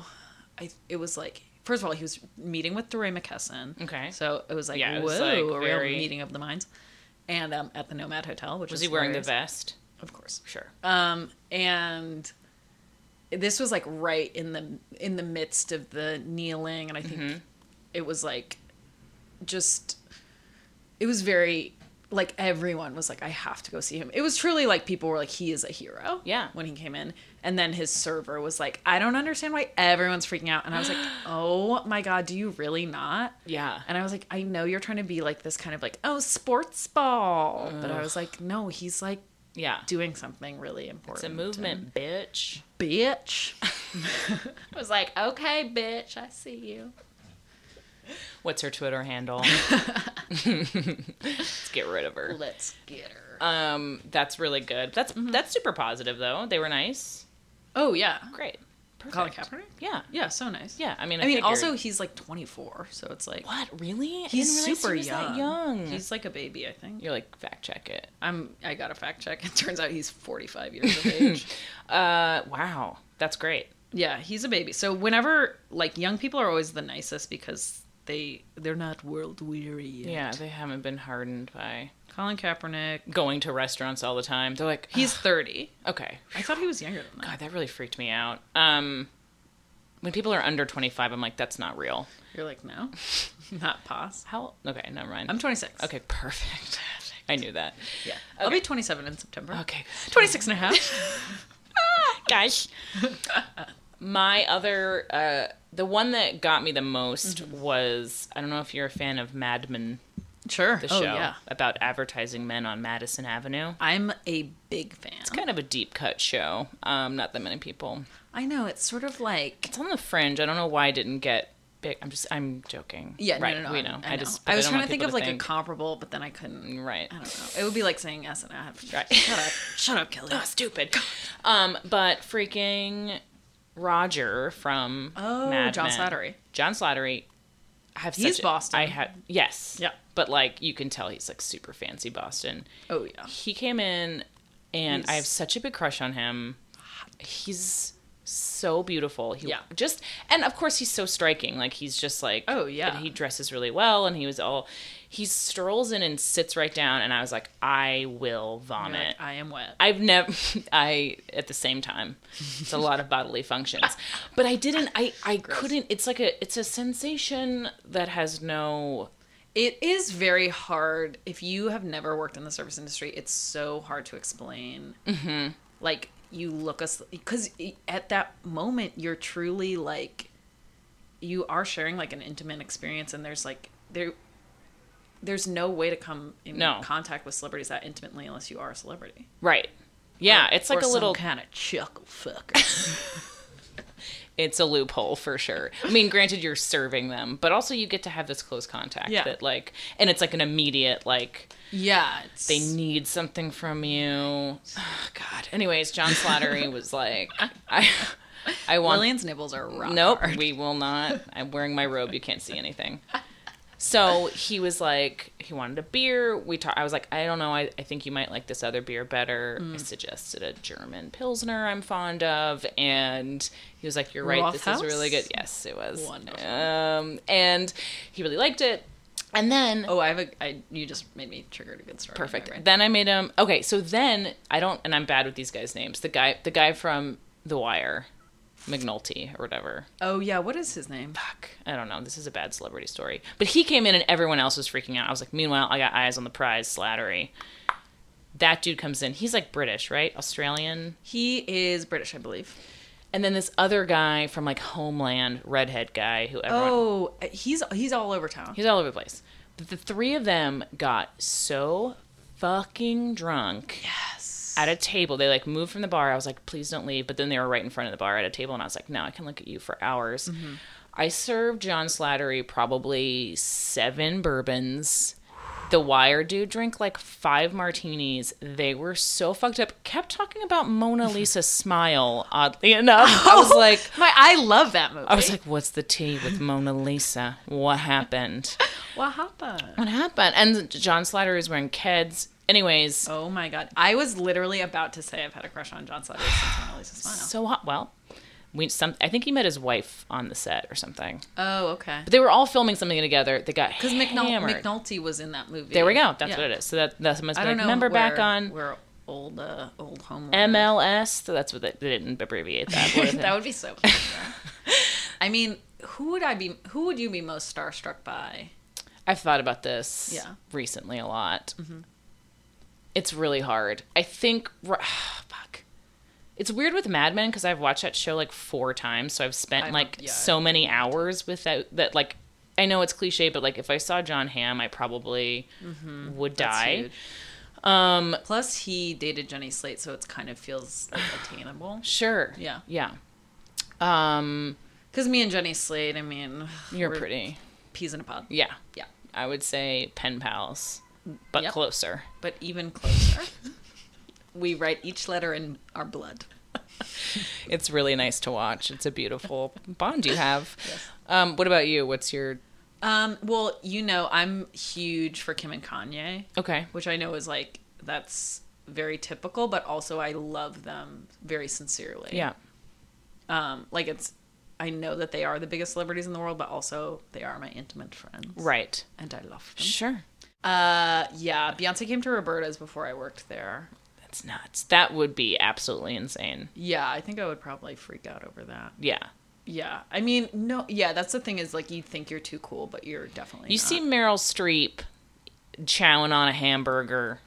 Speaker 2: I it was like first of all he was meeting with Dorey McKesson.
Speaker 1: Okay.
Speaker 2: So it was like
Speaker 1: Yeah, it was,
Speaker 2: whoa,
Speaker 1: like,
Speaker 2: a
Speaker 1: very-
Speaker 2: real meeting of the minds. And um, at the Nomad Hotel, which
Speaker 1: Was he
Speaker 2: is
Speaker 1: wearing
Speaker 2: hilarious.
Speaker 1: the vest?
Speaker 2: Of course.
Speaker 1: Sure.
Speaker 2: Um, and this was like right in the in the midst of the kneeling, and I think it was like just it was very like everyone was like, I have to go see him. It was truly like people were like, he is a hero.
Speaker 1: Yeah.
Speaker 2: When he came in, and then his server was like, I don't understand why everyone's freaking out, and I was like, Oh my god, do you really not?
Speaker 1: yeah.
Speaker 2: And I was like, I know you're trying to be like this kind of like, oh, sports ball. But I was like, no, he's like
Speaker 1: Yeah.
Speaker 2: doing something really important.
Speaker 1: It's a movement,
Speaker 2: uh,
Speaker 1: bitch.
Speaker 2: bitch. I was like, okay, bitch, I see you.
Speaker 1: What's her Twitter handle? Let's get rid of her.
Speaker 2: Let's get her.
Speaker 1: Um, that's really good. That's
Speaker 2: Mm-hmm.
Speaker 1: that's super positive though. They were nice.
Speaker 2: oh yeah,
Speaker 1: Great. Perfect.
Speaker 2: Colin Kaepernick.
Speaker 1: Yeah.
Speaker 2: Yeah, so nice.
Speaker 1: Yeah. I mean, I,
Speaker 2: I mean,
Speaker 1: figured-
Speaker 2: also he's like 24, so it's like
Speaker 1: what really? I
Speaker 2: he's
Speaker 1: didn't realize
Speaker 2: super
Speaker 1: he was
Speaker 2: young.
Speaker 1: That young.
Speaker 2: He's like a baby, I think.
Speaker 1: You're like fact check it.
Speaker 2: I'm. I got a fact check. It turns out he's 45 years of age.
Speaker 1: Uh, wow, that's great.
Speaker 2: yeah, he's a baby. So whenever like young people are always the nicest because they they're not world weary yet.
Speaker 1: Yeah, they haven't been hardened by
Speaker 2: Colin Kaepernick.
Speaker 1: going to restaurants all the time. They're like,
Speaker 2: He's 30.
Speaker 1: okay.
Speaker 2: I thought he was younger than that.
Speaker 1: God, that really freaked me out. Um, when people are under 25, I'm like, that's not real.
Speaker 2: You're like, no, not pos.
Speaker 1: How? Okay, never mind.
Speaker 2: I'm 26.
Speaker 1: okay, perfect. I knew that.
Speaker 2: Yeah. I'll be 27 in September.
Speaker 1: Okay, good.
Speaker 2: 26 and a half. Ah.
Speaker 1: gosh. My other, uh, the one that got me the most
Speaker 2: Mm-hmm.
Speaker 1: was I don't know if you're a fan of Mad Men,
Speaker 2: sure.
Speaker 1: the
Speaker 2: oh,
Speaker 1: show
Speaker 2: yeah.
Speaker 1: about advertising men on Madison Avenue.
Speaker 2: I'm a big fan.
Speaker 1: Kind of a deep cut show. Um, not that many people.
Speaker 2: I know. It's sort of like.
Speaker 1: It's on the fringe. I don't know why it didn't get big. I'm just, I'm joking.
Speaker 2: Yeah, no,
Speaker 1: right.
Speaker 2: no, no.
Speaker 1: We
Speaker 2: I-
Speaker 1: know.
Speaker 2: I, know.
Speaker 1: just,
Speaker 2: I was
Speaker 1: don't
Speaker 2: trying
Speaker 1: want
Speaker 2: to think
Speaker 1: people
Speaker 2: of like a comparable, but then I couldn't.
Speaker 1: right.
Speaker 2: I don't know. It would be like saying S and F.
Speaker 1: Right.
Speaker 2: Shut up. Shut up, Kelly.
Speaker 1: Oh, stupid. Um, but freaking Roger from
Speaker 2: Oh,
Speaker 1: Mad
Speaker 2: John
Speaker 1: Men.
Speaker 2: Slattery.
Speaker 1: John Slattery. I have
Speaker 2: He's
Speaker 1: such a-
Speaker 2: Boston.
Speaker 1: I have yes.
Speaker 2: Yeah.
Speaker 1: But like you can tell he's like super fancy Boston.
Speaker 2: Oh yeah.
Speaker 1: He came in and I
Speaker 2: He's-
Speaker 1: have such a big crush on him. He's so beautiful. He
Speaker 2: Yeah.
Speaker 1: just and of course he's so striking. Like he's just like
Speaker 2: Oh, yeah.
Speaker 1: and he dresses really well and he was all he strolls in and sits right down and I was like, I will
Speaker 2: You're
Speaker 1: vomit.
Speaker 2: like, I am wet.
Speaker 1: I've never I at the same time. It's a lot of bodily functions. But I didn't I I couldn't it's like a it's a sensation that has no
Speaker 2: It is very hard if you have never worked in the service industry. It's so hard to explain. Mm-hmm. Like you look us because at that moment you're truly like you are sharing like an intimate experience, and there's like there there's no way to come in
Speaker 1: No.
Speaker 2: contact with celebrities that intimately unless you are a celebrity.
Speaker 1: right. Yeah, it's like
Speaker 2: Or
Speaker 1: a
Speaker 2: some
Speaker 1: little
Speaker 2: kind of chuckle fucker.
Speaker 1: it's a loophole for sure. I mean, granted you're serving them, but also you get to have this close contact
Speaker 2: Yeah.
Speaker 1: that like and it's like an immediate like
Speaker 2: yeah, it's,
Speaker 1: they need something from you. Oh, God. Anyways, John Slattery was like I I want
Speaker 2: Lillian's nibbles are rock.
Speaker 1: Nope,
Speaker 2: hard.
Speaker 1: we will not. I'm wearing my robe. You can't see anything. So he was like, he wanted a beer. We talked. I was like, I don't know. I, I think you might like this other beer better.
Speaker 2: Mm.
Speaker 1: I suggested a German Pilsner I'm fond of, and he was like, You're right. This
Speaker 2: Rothhaus?
Speaker 1: is really good. Yes, it was.
Speaker 2: Wonderful.
Speaker 1: Um, and he really liked it. And then
Speaker 2: Oh, I have a. I you just made me triggered a good story.
Speaker 1: Perfect.
Speaker 2: Right?
Speaker 1: Then I made him okay. So then I don't, and I'm bad with these guys' names. The guy, the guy from The Wire, McNulty or whatever.
Speaker 2: Oh yeah, what is his name?
Speaker 1: Fuck. I don't know. This is a bad celebrity story. But he came in and everyone else was freaking out. I was like, meanwhile, I got eyes on the prize, Slattery. That dude comes in. He's like British, right? Australian.
Speaker 2: He is British, I believe.
Speaker 1: And then this other guy from like Homeland, redhead guy, who everyone
Speaker 2: Oh, he's he's all over town.
Speaker 1: He's all over the place. But the three of them got so fucking drunk. Yes. At a table. They like moved from the bar. I was like, please don't leave. But then they were right in front of the bar at a table. And I was like, no, I can look at you for hours. I served John Slattery probably seven bourbons. The Wire dude drank like five martinis. They were so fucked up. Kept talking about Mona Lisa smile, oddly enough. I was like,
Speaker 2: My I love that movie.
Speaker 1: I was like, what's the tea with Mona Lisa? What happened?
Speaker 2: what happened?
Speaker 1: What happened? And John Slatter is wearing Keds. Anyways,
Speaker 2: Oh my god, I was literally about to say I've had a crush on John Slater since Mona Lisa Smile.
Speaker 1: so hot. Well, we some. I think he met his wife on the set or something.
Speaker 2: Oh okay,
Speaker 1: But they were all filming something together. They got
Speaker 2: because
Speaker 1: because
Speaker 2: McNul- McNulty was in that movie.
Speaker 1: There we go. That's
Speaker 2: Yeah.
Speaker 1: what it is. So that that's must
Speaker 2: I
Speaker 1: be like,
Speaker 2: don't know.
Speaker 1: remember back
Speaker 2: where-
Speaker 1: on
Speaker 2: where old uh, old home.
Speaker 1: MLS. So that's what they, they didn't abbreviate that. What is it?
Speaker 2: that would be so. funny, though. I mean, who would I be? Who would you be most starstruck by?
Speaker 1: I've thought about this
Speaker 2: Yeah. Mm-hmm.
Speaker 1: recently a lot. It's really hard. I think ri- fuck. It's weird with Mad Men because I've watched that show like four times, so I've spent
Speaker 2: I'm-
Speaker 1: like
Speaker 2: yeah,
Speaker 1: so many hours with that. That like, I know it's cliche, but like if I saw John Hamm, I probably would die.
Speaker 2: Mm-hmm. huge.
Speaker 1: Um,
Speaker 2: Plus, he dated Jenny Slate, so it kind of feels like attainable.
Speaker 1: sure.
Speaker 2: Yeah.
Speaker 1: Yeah. Um,
Speaker 2: Because me and Jenny Slate, I mean,
Speaker 1: you're
Speaker 2: we're
Speaker 1: pretty.
Speaker 2: peas in a pod.
Speaker 1: Yeah.
Speaker 2: Yeah,
Speaker 1: I would say pen pals, but
Speaker 2: Yep.
Speaker 1: closer.
Speaker 2: but even closer. we write each letter in our blood.
Speaker 1: It's really nice to watch. It's a beautiful bond you have. Um, what about you? What's your
Speaker 2: Um, well, you know, I'm huge for Kim and Kanye,
Speaker 1: okay?
Speaker 2: which I know is like that's very typical, but also I love them very sincerely.
Speaker 1: Yeah.
Speaker 2: Um, like it's I know that they are the biggest celebrities in the world, but also they are my intimate friends.
Speaker 1: Right.
Speaker 2: And I love them.
Speaker 1: Sure.
Speaker 2: Uh yeah, Beyonce came to Roberta's before I worked there.
Speaker 1: That's nuts. That would be absolutely insane.
Speaker 2: Yeah, I think I would probably freak out over that.
Speaker 1: Yeah.
Speaker 2: Yeah. I mean, no yeah, that's the thing is like you think you're too cool, but you're definitely
Speaker 1: You
Speaker 2: not.
Speaker 1: see Meryl Streep chowing on a hamburger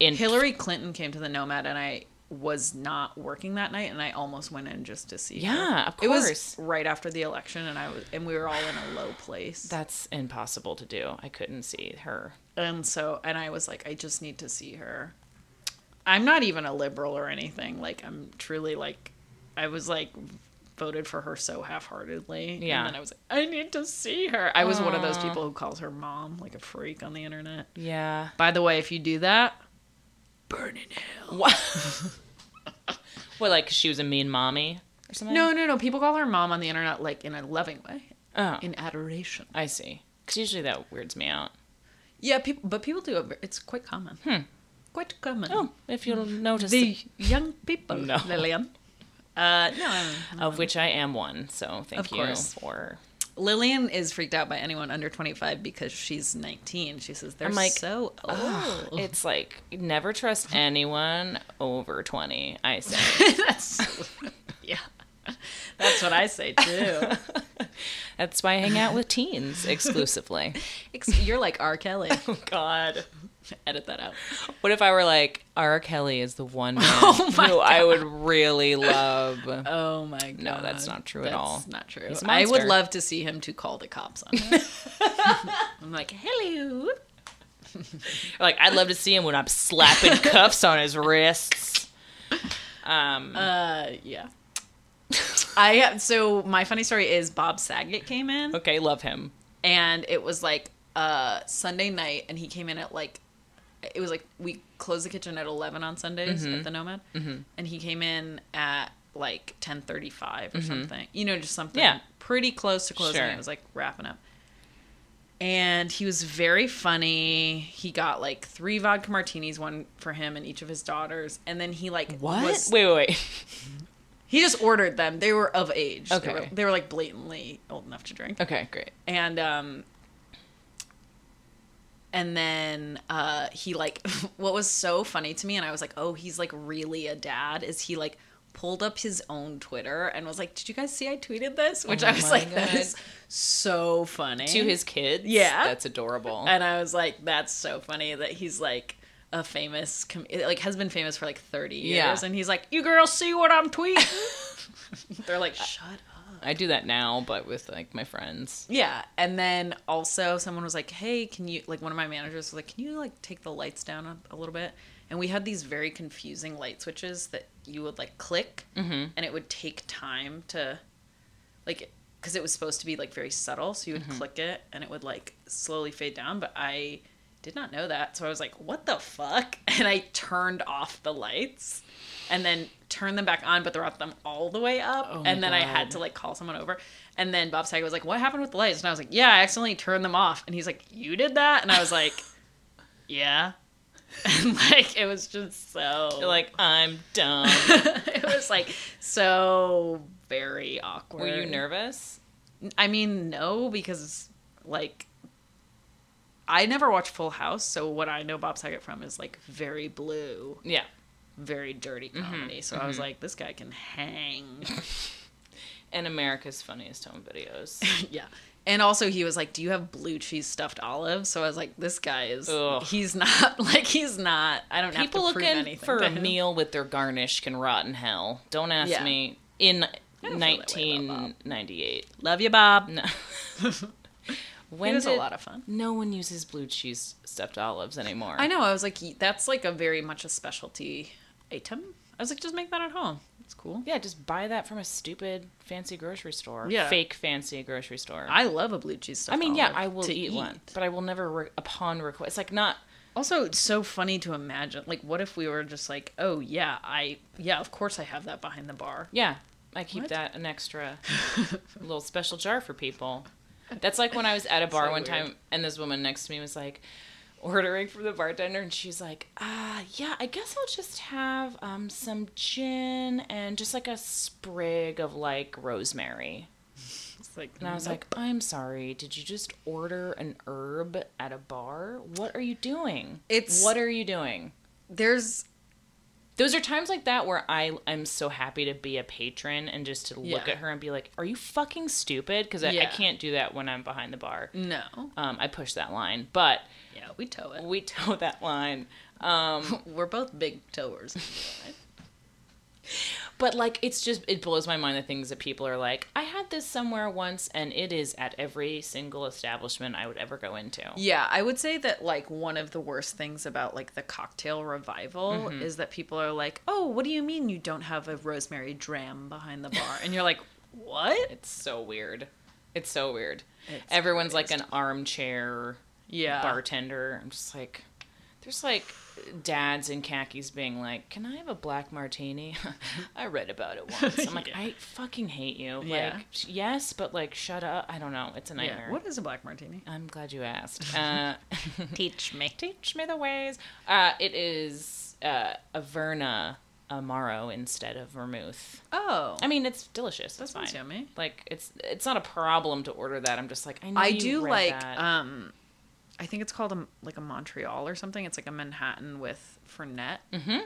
Speaker 1: in
Speaker 2: Hillary Clinton came to the Nomad and I was not working that night and I almost went in just to see her.
Speaker 1: Yeah, of
Speaker 2: It was
Speaker 1: course.
Speaker 2: right after the election and I was and we were all in a low place.
Speaker 1: That's impossible to do. I couldn't see her.
Speaker 2: and so and I was like I just need to see her. I'm not even a liberal or anything. Like I'm truly like I was like voted for her so half-heartedly
Speaker 1: Yeah.
Speaker 2: and then I was like I need to see her. I was one of those people who calls her mom like a freak on the internet.
Speaker 1: Yeah.
Speaker 2: By the way, if you do that, burn in hell.
Speaker 1: What? well, like she was a mean mommy or something.
Speaker 2: No, no, no. People call her mom on the internet like in a loving way,
Speaker 1: Oh,
Speaker 2: in adoration.
Speaker 1: I see. Because usually that weirds me out.
Speaker 2: Yeah, people, but people do it. ver- It's quite common. Quite common.
Speaker 1: Oh, if you'll notice,
Speaker 2: the young people,
Speaker 1: No.
Speaker 2: Lillian. Uh, no, I don't know.
Speaker 1: of which I am one. So thank
Speaker 2: Of
Speaker 1: you
Speaker 2: course.
Speaker 1: for.
Speaker 2: Lillian is freaked out by anyone under 25 because she's 19. She says they're
Speaker 1: I'm like,
Speaker 2: so old.
Speaker 1: It's like never trust anyone over twenty. I say.
Speaker 2: That's, yeah, that's what I say too.
Speaker 1: That's why I hang out with teens exclusively.
Speaker 2: Ex- You're like R. Kelly.
Speaker 1: oh God.
Speaker 2: Edit that out.
Speaker 1: What if I were like R. Kelly is the one man
Speaker 2: Oh, my
Speaker 1: who I would really love?
Speaker 2: Oh my god.
Speaker 1: No, that's not true at all.
Speaker 2: That's not true.
Speaker 1: He's a
Speaker 2: I would
Speaker 1: monster.
Speaker 2: love to see him to call the cops on him. I'm like, hello.
Speaker 1: Like I'd love to see him when I'm slapping cuffs on his wrists. Um,
Speaker 2: Uh yeah. I have so my funny story is Bob Saget came in
Speaker 1: okay, love him.
Speaker 2: and it was like uh Sunday night and he came in at like it was like we closed the kitchen at 11 on Sundays
Speaker 1: Mm-hmm.
Speaker 2: at the Nomad and he came in at like 10:35 or something. You know just something
Speaker 1: Mm-hmm. Yeah.
Speaker 2: pretty close to closing.
Speaker 1: Sure.
Speaker 2: It was like wrapping up. And he was very funny. He got like 3 vodka martinis one for him and each of his daughters and then he like was-
Speaker 1: Wait, wait, wait.
Speaker 2: he just ordered them. They were of age. They were,
Speaker 1: Okay.
Speaker 2: they were like blatantly old enough to drink
Speaker 1: Okay, great.
Speaker 2: and um and then uh he like what was so funny to me and i was like oh he's like really a dad is he like pulled up his own twitter and was like did you guys see i tweeted this which i was
Speaker 1: Oh my
Speaker 2: like that
Speaker 1: God.
Speaker 2: is so funny
Speaker 1: To his kids.
Speaker 2: Yeah.
Speaker 1: that's adorable.
Speaker 2: and i was like that's so funny that he's like a famous com- like has been famous for like 30 years
Speaker 1: Yeah.
Speaker 2: and he's like you girls see what i'm tweeting they're like shut up
Speaker 1: I do that now, but with like my friends.
Speaker 2: Yeah, and then also someone was like, "Hey, can you like one of my managers was like, "Can you like take the lights down a, a little bit?" And we had these very confusing light switches that you would like click
Speaker 1: Mm-hmm.
Speaker 2: and it would take time to like cuz it was supposed to be like very subtle, so you would
Speaker 1: Mm-hmm.
Speaker 2: click it and it would like slowly fade down, but I did not know that. So I was like, "What the fuck?" And I turned off the lights and then turned them back on, but brought them all the way up.
Speaker 1: Oh my
Speaker 2: and then I had
Speaker 1: God.
Speaker 2: to like call someone over. And then Bob Saget was like, "What happened with the lights?" And I was like, "Yeah, I accidentally turned them off." And he's like, "You did that?" And I was like, "Yeah." And like it was just so
Speaker 1: They're like, I'm dumb.
Speaker 2: it was like so very awkward.
Speaker 1: Were you nervous?
Speaker 2: I mean, no, because like I never watched Full House, so what I know Bob Saget from is like very blue
Speaker 1: Yeah.
Speaker 2: very dirty
Speaker 1: Mm-hmm.
Speaker 2: comedy. So I was like, this guy can hang.
Speaker 1: And America's Funniest Home Videos.
Speaker 2: yeah. And also he was like, Do you have blue cheese stuffed olives? So I was like, This guy is
Speaker 1: Ugh.
Speaker 2: he's not like he's not I don't
Speaker 1: People
Speaker 2: have to prove
Speaker 1: looking
Speaker 2: anything
Speaker 1: for
Speaker 2: to
Speaker 1: a
Speaker 2: him.
Speaker 1: meal with their garnish can rot in hell. Don't ask
Speaker 2: Yeah.
Speaker 1: me. In
Speaker 2: feel that way about Bob.
Speaker 1: 1998.
Speaker 2: Love you, Bob.
Speaker 1: No. When
Speaker 2: it was a
Speaker 1: did-
Speaker 2: lot of fun.
Speaker 1: No one uses blue cheese stuffed olives anymore.
Speaker 2: I know. I was like, that's like a very much a specialty item. I was like, just make that at home. It's cool.
Speaker 1: Yeah, just buy that from a stupid fancy grocery store.
Speaker 2: Yeah.
Speaker 1: Fake fancy grocery store.
Speaker 2: I love a blue cheese stuffed
Speaker 1: I mean, yeah,
Speaker 2: olive
Speaker 1: I will
Speaker 2: to
Speaker 1: eat, one, but I will never re- upon request. It's like not.
Speaker 2: Also, it's so funny to imagine. Like, what if we were just like, oh yeah, I yeah, of course I have that behind the bar.
Speaker 1: Yeah, I keep
Speaker 2: What?
Speaker 1: that an extra little special jar for people. That's like when I was at a bar
Speaker 2: So
Speaker 1: one
Speaker 2: weird.
Speaker 1: time, and this woman next to me was like ordering from the bartender, and she's like, "Ah, yeah, I guess I'll just have um some gin and just like a sprig of like rosemary."
Speaker 2: It's like,
Speaker 1: And I was like, "I'm sorry, did you just order an herb at a bar? What are you doing?
Speaker 2: It's-
Speaker 1: what are you doing?"
Speaker 2: there's
Speaker 1: Those are times like that where I am so happy to be a patron and just to look
Speaker 2: Yeah.
Speaker 1: at her and be like, "Are you fucking stupid?" Because I, I
Speaker 2: Yeah.
Speaker 1: can't do that when I'm behind the bar.
Speaker 2: no,
Speaker 1: Um, I push that line, but
Speaker 2: yeah, we tow it.
Speaker 1: we toe that line. Um,
Speaker 2: We're both big towers.
Speaker 1: but like, it's just it blows my mind the things that people are like. I had this somewhere once, and it is at every single establishment I would ever go into.
Speaker 2: yeah, I would say that like one of the worst things about like the cocktail revival
Speaker 1: Mm-hmm.
Speaker 2: is that people are like, oh, what do you mean you don't have a rosemary dram behind the bar? And you're like, what?
Speaker 1: It's so weird. It's so weird.
Speaker 2: It's
Speaker 1: Everyone's like an armchair
Speaker 2: Yeah,
Speaker 1: bartender. I'm just like, there's like dads in khakis being like, "Can I have a black martini?" I read about it once. I'm like,
Speaker 2: Yeah.
Speaker 1: I fucking hate you.
Speaker 2: Yeah.
Speaker 1: Like, sh- yes, but like, shut up. I don't know. It's a nightmare.
Speaker 2: yeah. What is a black martini?
Speaker 1: I'm glad you asked. Uh,
Speaker 2: Teach me.
Speaker 1: teach me the ways. Uh, it is uh, Averna Amaro instead of vermouth.
Speaker 2: Oh,
Speaker 1: I mean, it's delicious. That's fine.
Speaker 2: sounds yummy.
Speaker 1: Like, it's it's not a problem to order that. I'm just like, I know
Speaker 2: I
Speaker 1: you
Speaker 2: do
Speaker 1: read
Speaker 2: like
Speaker 1: that.
Speaker 2: um I think it's called a, like a Montreal or something. It's like a Manhattan with Fernet.
Speaker 1: Mm. Mm-hmm.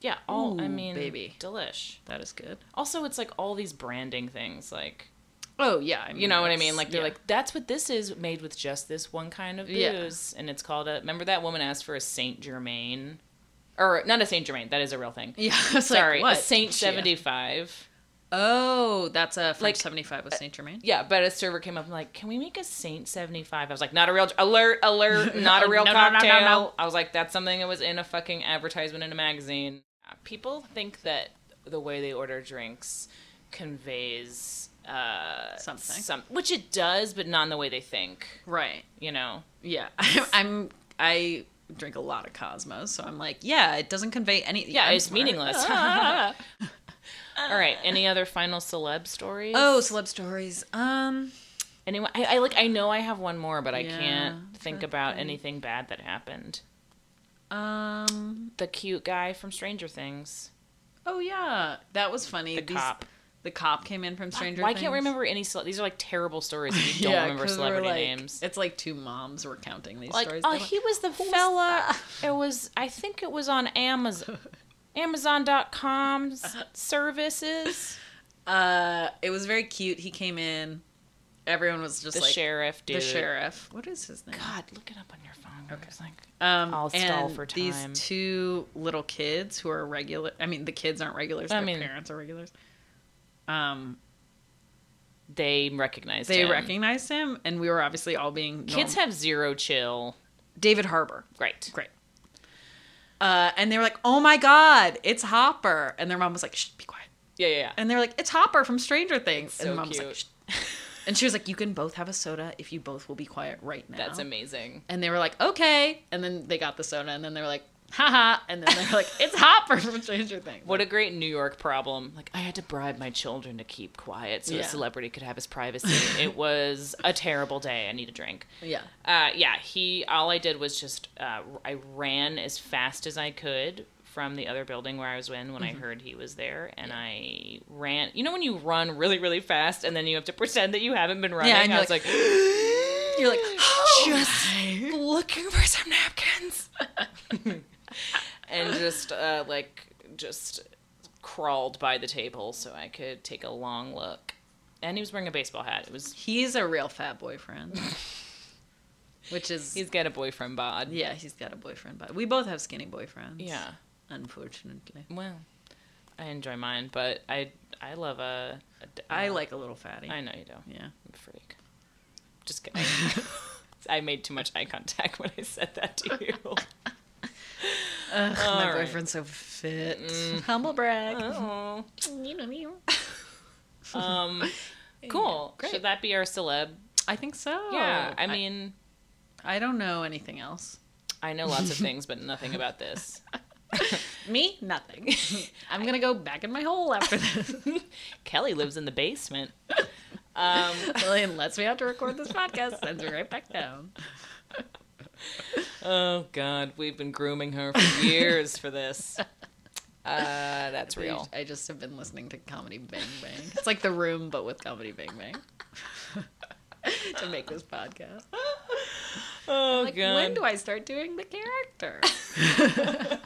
Speaker 1: yeah. All I
Speaker 2: ooh,
Speaker 1: mean,
Speaker 2: baby.
Speaker 1: delish.
Speaker 2: That is good.
Speaker 1: Also, it's like all these branding things, like
Speaker 2: Oh yeah, I mean,
Speaker 1: you know what I
Speaker 2: that's-
Speaker 1: mean. Like they're
Speaker 2: yeah.
Speaker 1: like, that's what this is made with just this one kind of
Speaker 2: Yeah.
Speaker 1: booze, and it's called a. Remember that woman asked for a Saint Germain, or not a Saint Germain. That is a real thing.
Speaker 2: yeah. I was like,
Speaker 1: Sorry,
Speaker 2: what?
Speaker 1: a Saint
Speaker 2: She asked-
Speaker 1: seventy five.
Speaker 2: Oh, that's a French
Speaker 1: Like, uh,
Speaker 2: seventy five with Saint Germain.
Speaker 1: Yeah, but a server came up and like, can we make a Saint seventy five? I was like, not a real alert, alert, not a real
Speaker 2: No, no, no, no,
Speaker 1: cocktail.
Speaker 2: no.
Speaker 1: I was like, that's something that was in a fucking advertisement in a magazine. Uh, People think that the way they order drinks conveys uh,
Speaker 2: Something.
Speaker 1: some, which it does, but not in the way they think.
Speaker 2: Right.
Speaker 1: You know,
Speaker 2: Yeah. I'm, I'm I drink a lot of Cosmos, so I'm like, yeah, it doesn't convey any.
Speaker 1: yeah,
Speaker 2: I'm
Speaker 1: it's
Speaker 2: smart.
Speaker 1: meaningless.
Speaker 2: Ah.
Speaker 1: All right, any other final celeb stories?
Speaker 2: oh, celeb stories. Um.
Speaker 1: anyone? I, I like. I know I have one more, but I
Speaker 2: Yeah,
Speaker 1: can't think
Speaker 2: fuck
Speaker 1: about anything bad that happened.
Speaker 2: Um.
Speaker 1: The cute guy from Stranger Things.
Speaker 2: Oh yeah, that was funny.
Speaker 1: The cop.
Speaker 2: The cop came in from Stranger.
Speaker 1: Why
Speaker 2: Things.
Speaker 1: can't we remember any? Cele- these are like terrible stories. If you don't remember
Speaker 2: 'cause we're
Speaker 1: celebrity
Speaker 2: like-
Speaker 1: names.
Speaker 2: It's like two moms recounting these
Speaker 1: Like,
Speaker 2: stories.
Speaker 1: oh,
Speaker 2: They're like,
Speaker 1: he was the fella. It was. I think it was on Amazon. Amazon.com services.
Speaker 2: uh, it was very cute. He came in. Everyone was just
Speaker 1: The
Speaker 2: like
Speaker 1: sheriff, dude.
Speaker 2: the sheriff. What is his name?
Speaker 1: God, look it up on your phone. Okay. Like,
Speaker 2: Um,
Speaker 1: I'll stall
Speaker 2: and
Speaker 1: for
Speaker 2: These
Speaker 1: time.
Speaker 2: two little kids who are regular. I mean, the kids aren't regulars.
Speaker 1: I
Speaker 2: Their
Speaker 1: mean-
Speaker 2: parents are regulars. Um,
Speaker 1: they recognized
Speaker 2: they
Speaker 1: him.
Speaker 2: recognized him, and we were obviously all being
Speaker 1: Kids
Speaker 2: norm-
Speaker 1: have zero chill.
Speaker 2: David Harbor.
Speaker 1: Great.
Speaker 2: Great. Uh, and they were like, "Oh my God, it's Hopper!" And their mom was like, "Shh, be quiet."
Speaker 1: Yeah, yeah, yeah.
Speaker 2: And they were like, "It's Hopper from Stranger Things."
Speaker 1: It's
Speaker 2: and
Speaker 1: so
Speaker 2: mom was like,
Speaker 1: cute.
Speaker 2: "Shh." And she was like, "You can both have a soda if you both will be quiet right now."
Speaker 1: That's amazing.
Speaker 2: And they were like, "Okay." And then they got the soda, and then they were like, "Haha!" And then they were like, "It's Hopper from Stranger Things."
Speaker 1: What a great New York problem. Like, I had to bribe my children to keep quiet so
Speaker 2: Yeah.
Speaker 1: a celebrity could have his privacy. it was a terrible day. I need a drink.
Speaker 2: Yeah.
Speaker 1: Uh, yeah, he, all I did was just, uh, I ran as fast as I could from the other building where I was in when
Speaker 2: Mm-hmm.
Speaker 1: I heard he was there. And I ran. You know, when you run really, really fast and then you have to pretend that you haven't been running?
Speaker 2: and
Speaker 1: I
Speaker 2: you're
Speaker 1: was
Speaker 2: like-
Speaker 1: like,
Speaker 2: You're like, "Oh."
Speaker 1: just looking for some napkins and just uh, like just crawled by the table so i could take a long look and he was wearing a baseball hat it was
Speaker 2: he's a real fat boyfriend, which is
Speaker 1: he's got a boyfriend bod
Speaker 2: yeah, he's got a boyfriend, but we both have skinny boyfriends.
Speaker 1: yeah
Speaker 2: unfortunately,
Speaker 1: well i enjoy mine but i i love a. a d-
Speaker 2: I like a little fatty.
Speaker 1: i know you do
Speaker 2: Yeah.
Speaker 1: I'm a freak Just kidding. I made too much eye contact when I said that to you.
Speaker 2: Ugh, my
Speaker 1: All right.
Speaker 2: boyfriend's so fit. Humble brag.
Speaker 1: oh.
Speaker 2: You know me.
Speaker 1: Um, cool.
Speaker 2: Great.
Speaker 1: Should that be our celeb?
Speaker 2: I think so.
Speaker 1: yeah. Oh, I mean,
Speaker 2: I, don't know anything else.
Speaker 1: I know lots of things, but nothing about this.
Speaker 2: Me, nothing. I'm gonna go back in my hole after this.
Speaker 1: Kelly lives in the basement. Um,
Speaker 2: Lillian lets me out to record this podcast, sends me right back down.
Speaker 1: oh God, we've been grooming her for years for this. Uh, that's real.
Speaker 2: I just have been listening to Comedy Bang Bang. It's like the room, but with Comedy Bang Bang. to make this podcast.
Speaker 1: Oh
Speaker 2: Like,
Speaker 1: God.
Speaker 2: when do I start doing the character?
Speaker 1: Ugh,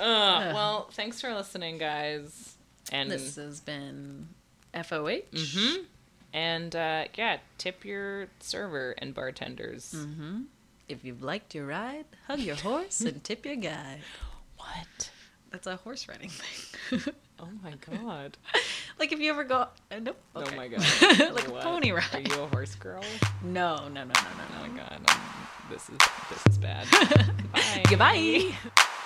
Speaker 1: Oh, well, thanks for listening, guys. And
Speaker 2: this has been FOH.
Speaker 1: Mhm. and uh, yeah, tip your server and bartenders.
Speaker 2: Mm. If you've liked your ride, hug your horse and tip your guide.
Speaker 1: What?
Speaker 2: That's a horse riding thing.
Speaker 1: Oh my God.
Speaker 2: like if you ever go, uh, nope.
Speaker 1: Oh
Speaker 2: okay.
Speaker 1: my God.
Speaker 2: like a
Speaker 1: What?
Speaker 2: pony
Speaker 1: Are
Speaker 2: ride.
Speaker 1: you a horse girl?
Speaker 2: No, no, no, no, no,
Speaker 1: Oh
Speaker 2: no.
Speaker 1: my God. Um, this is this is bad. Bye.
Speaker 2: Goodbye.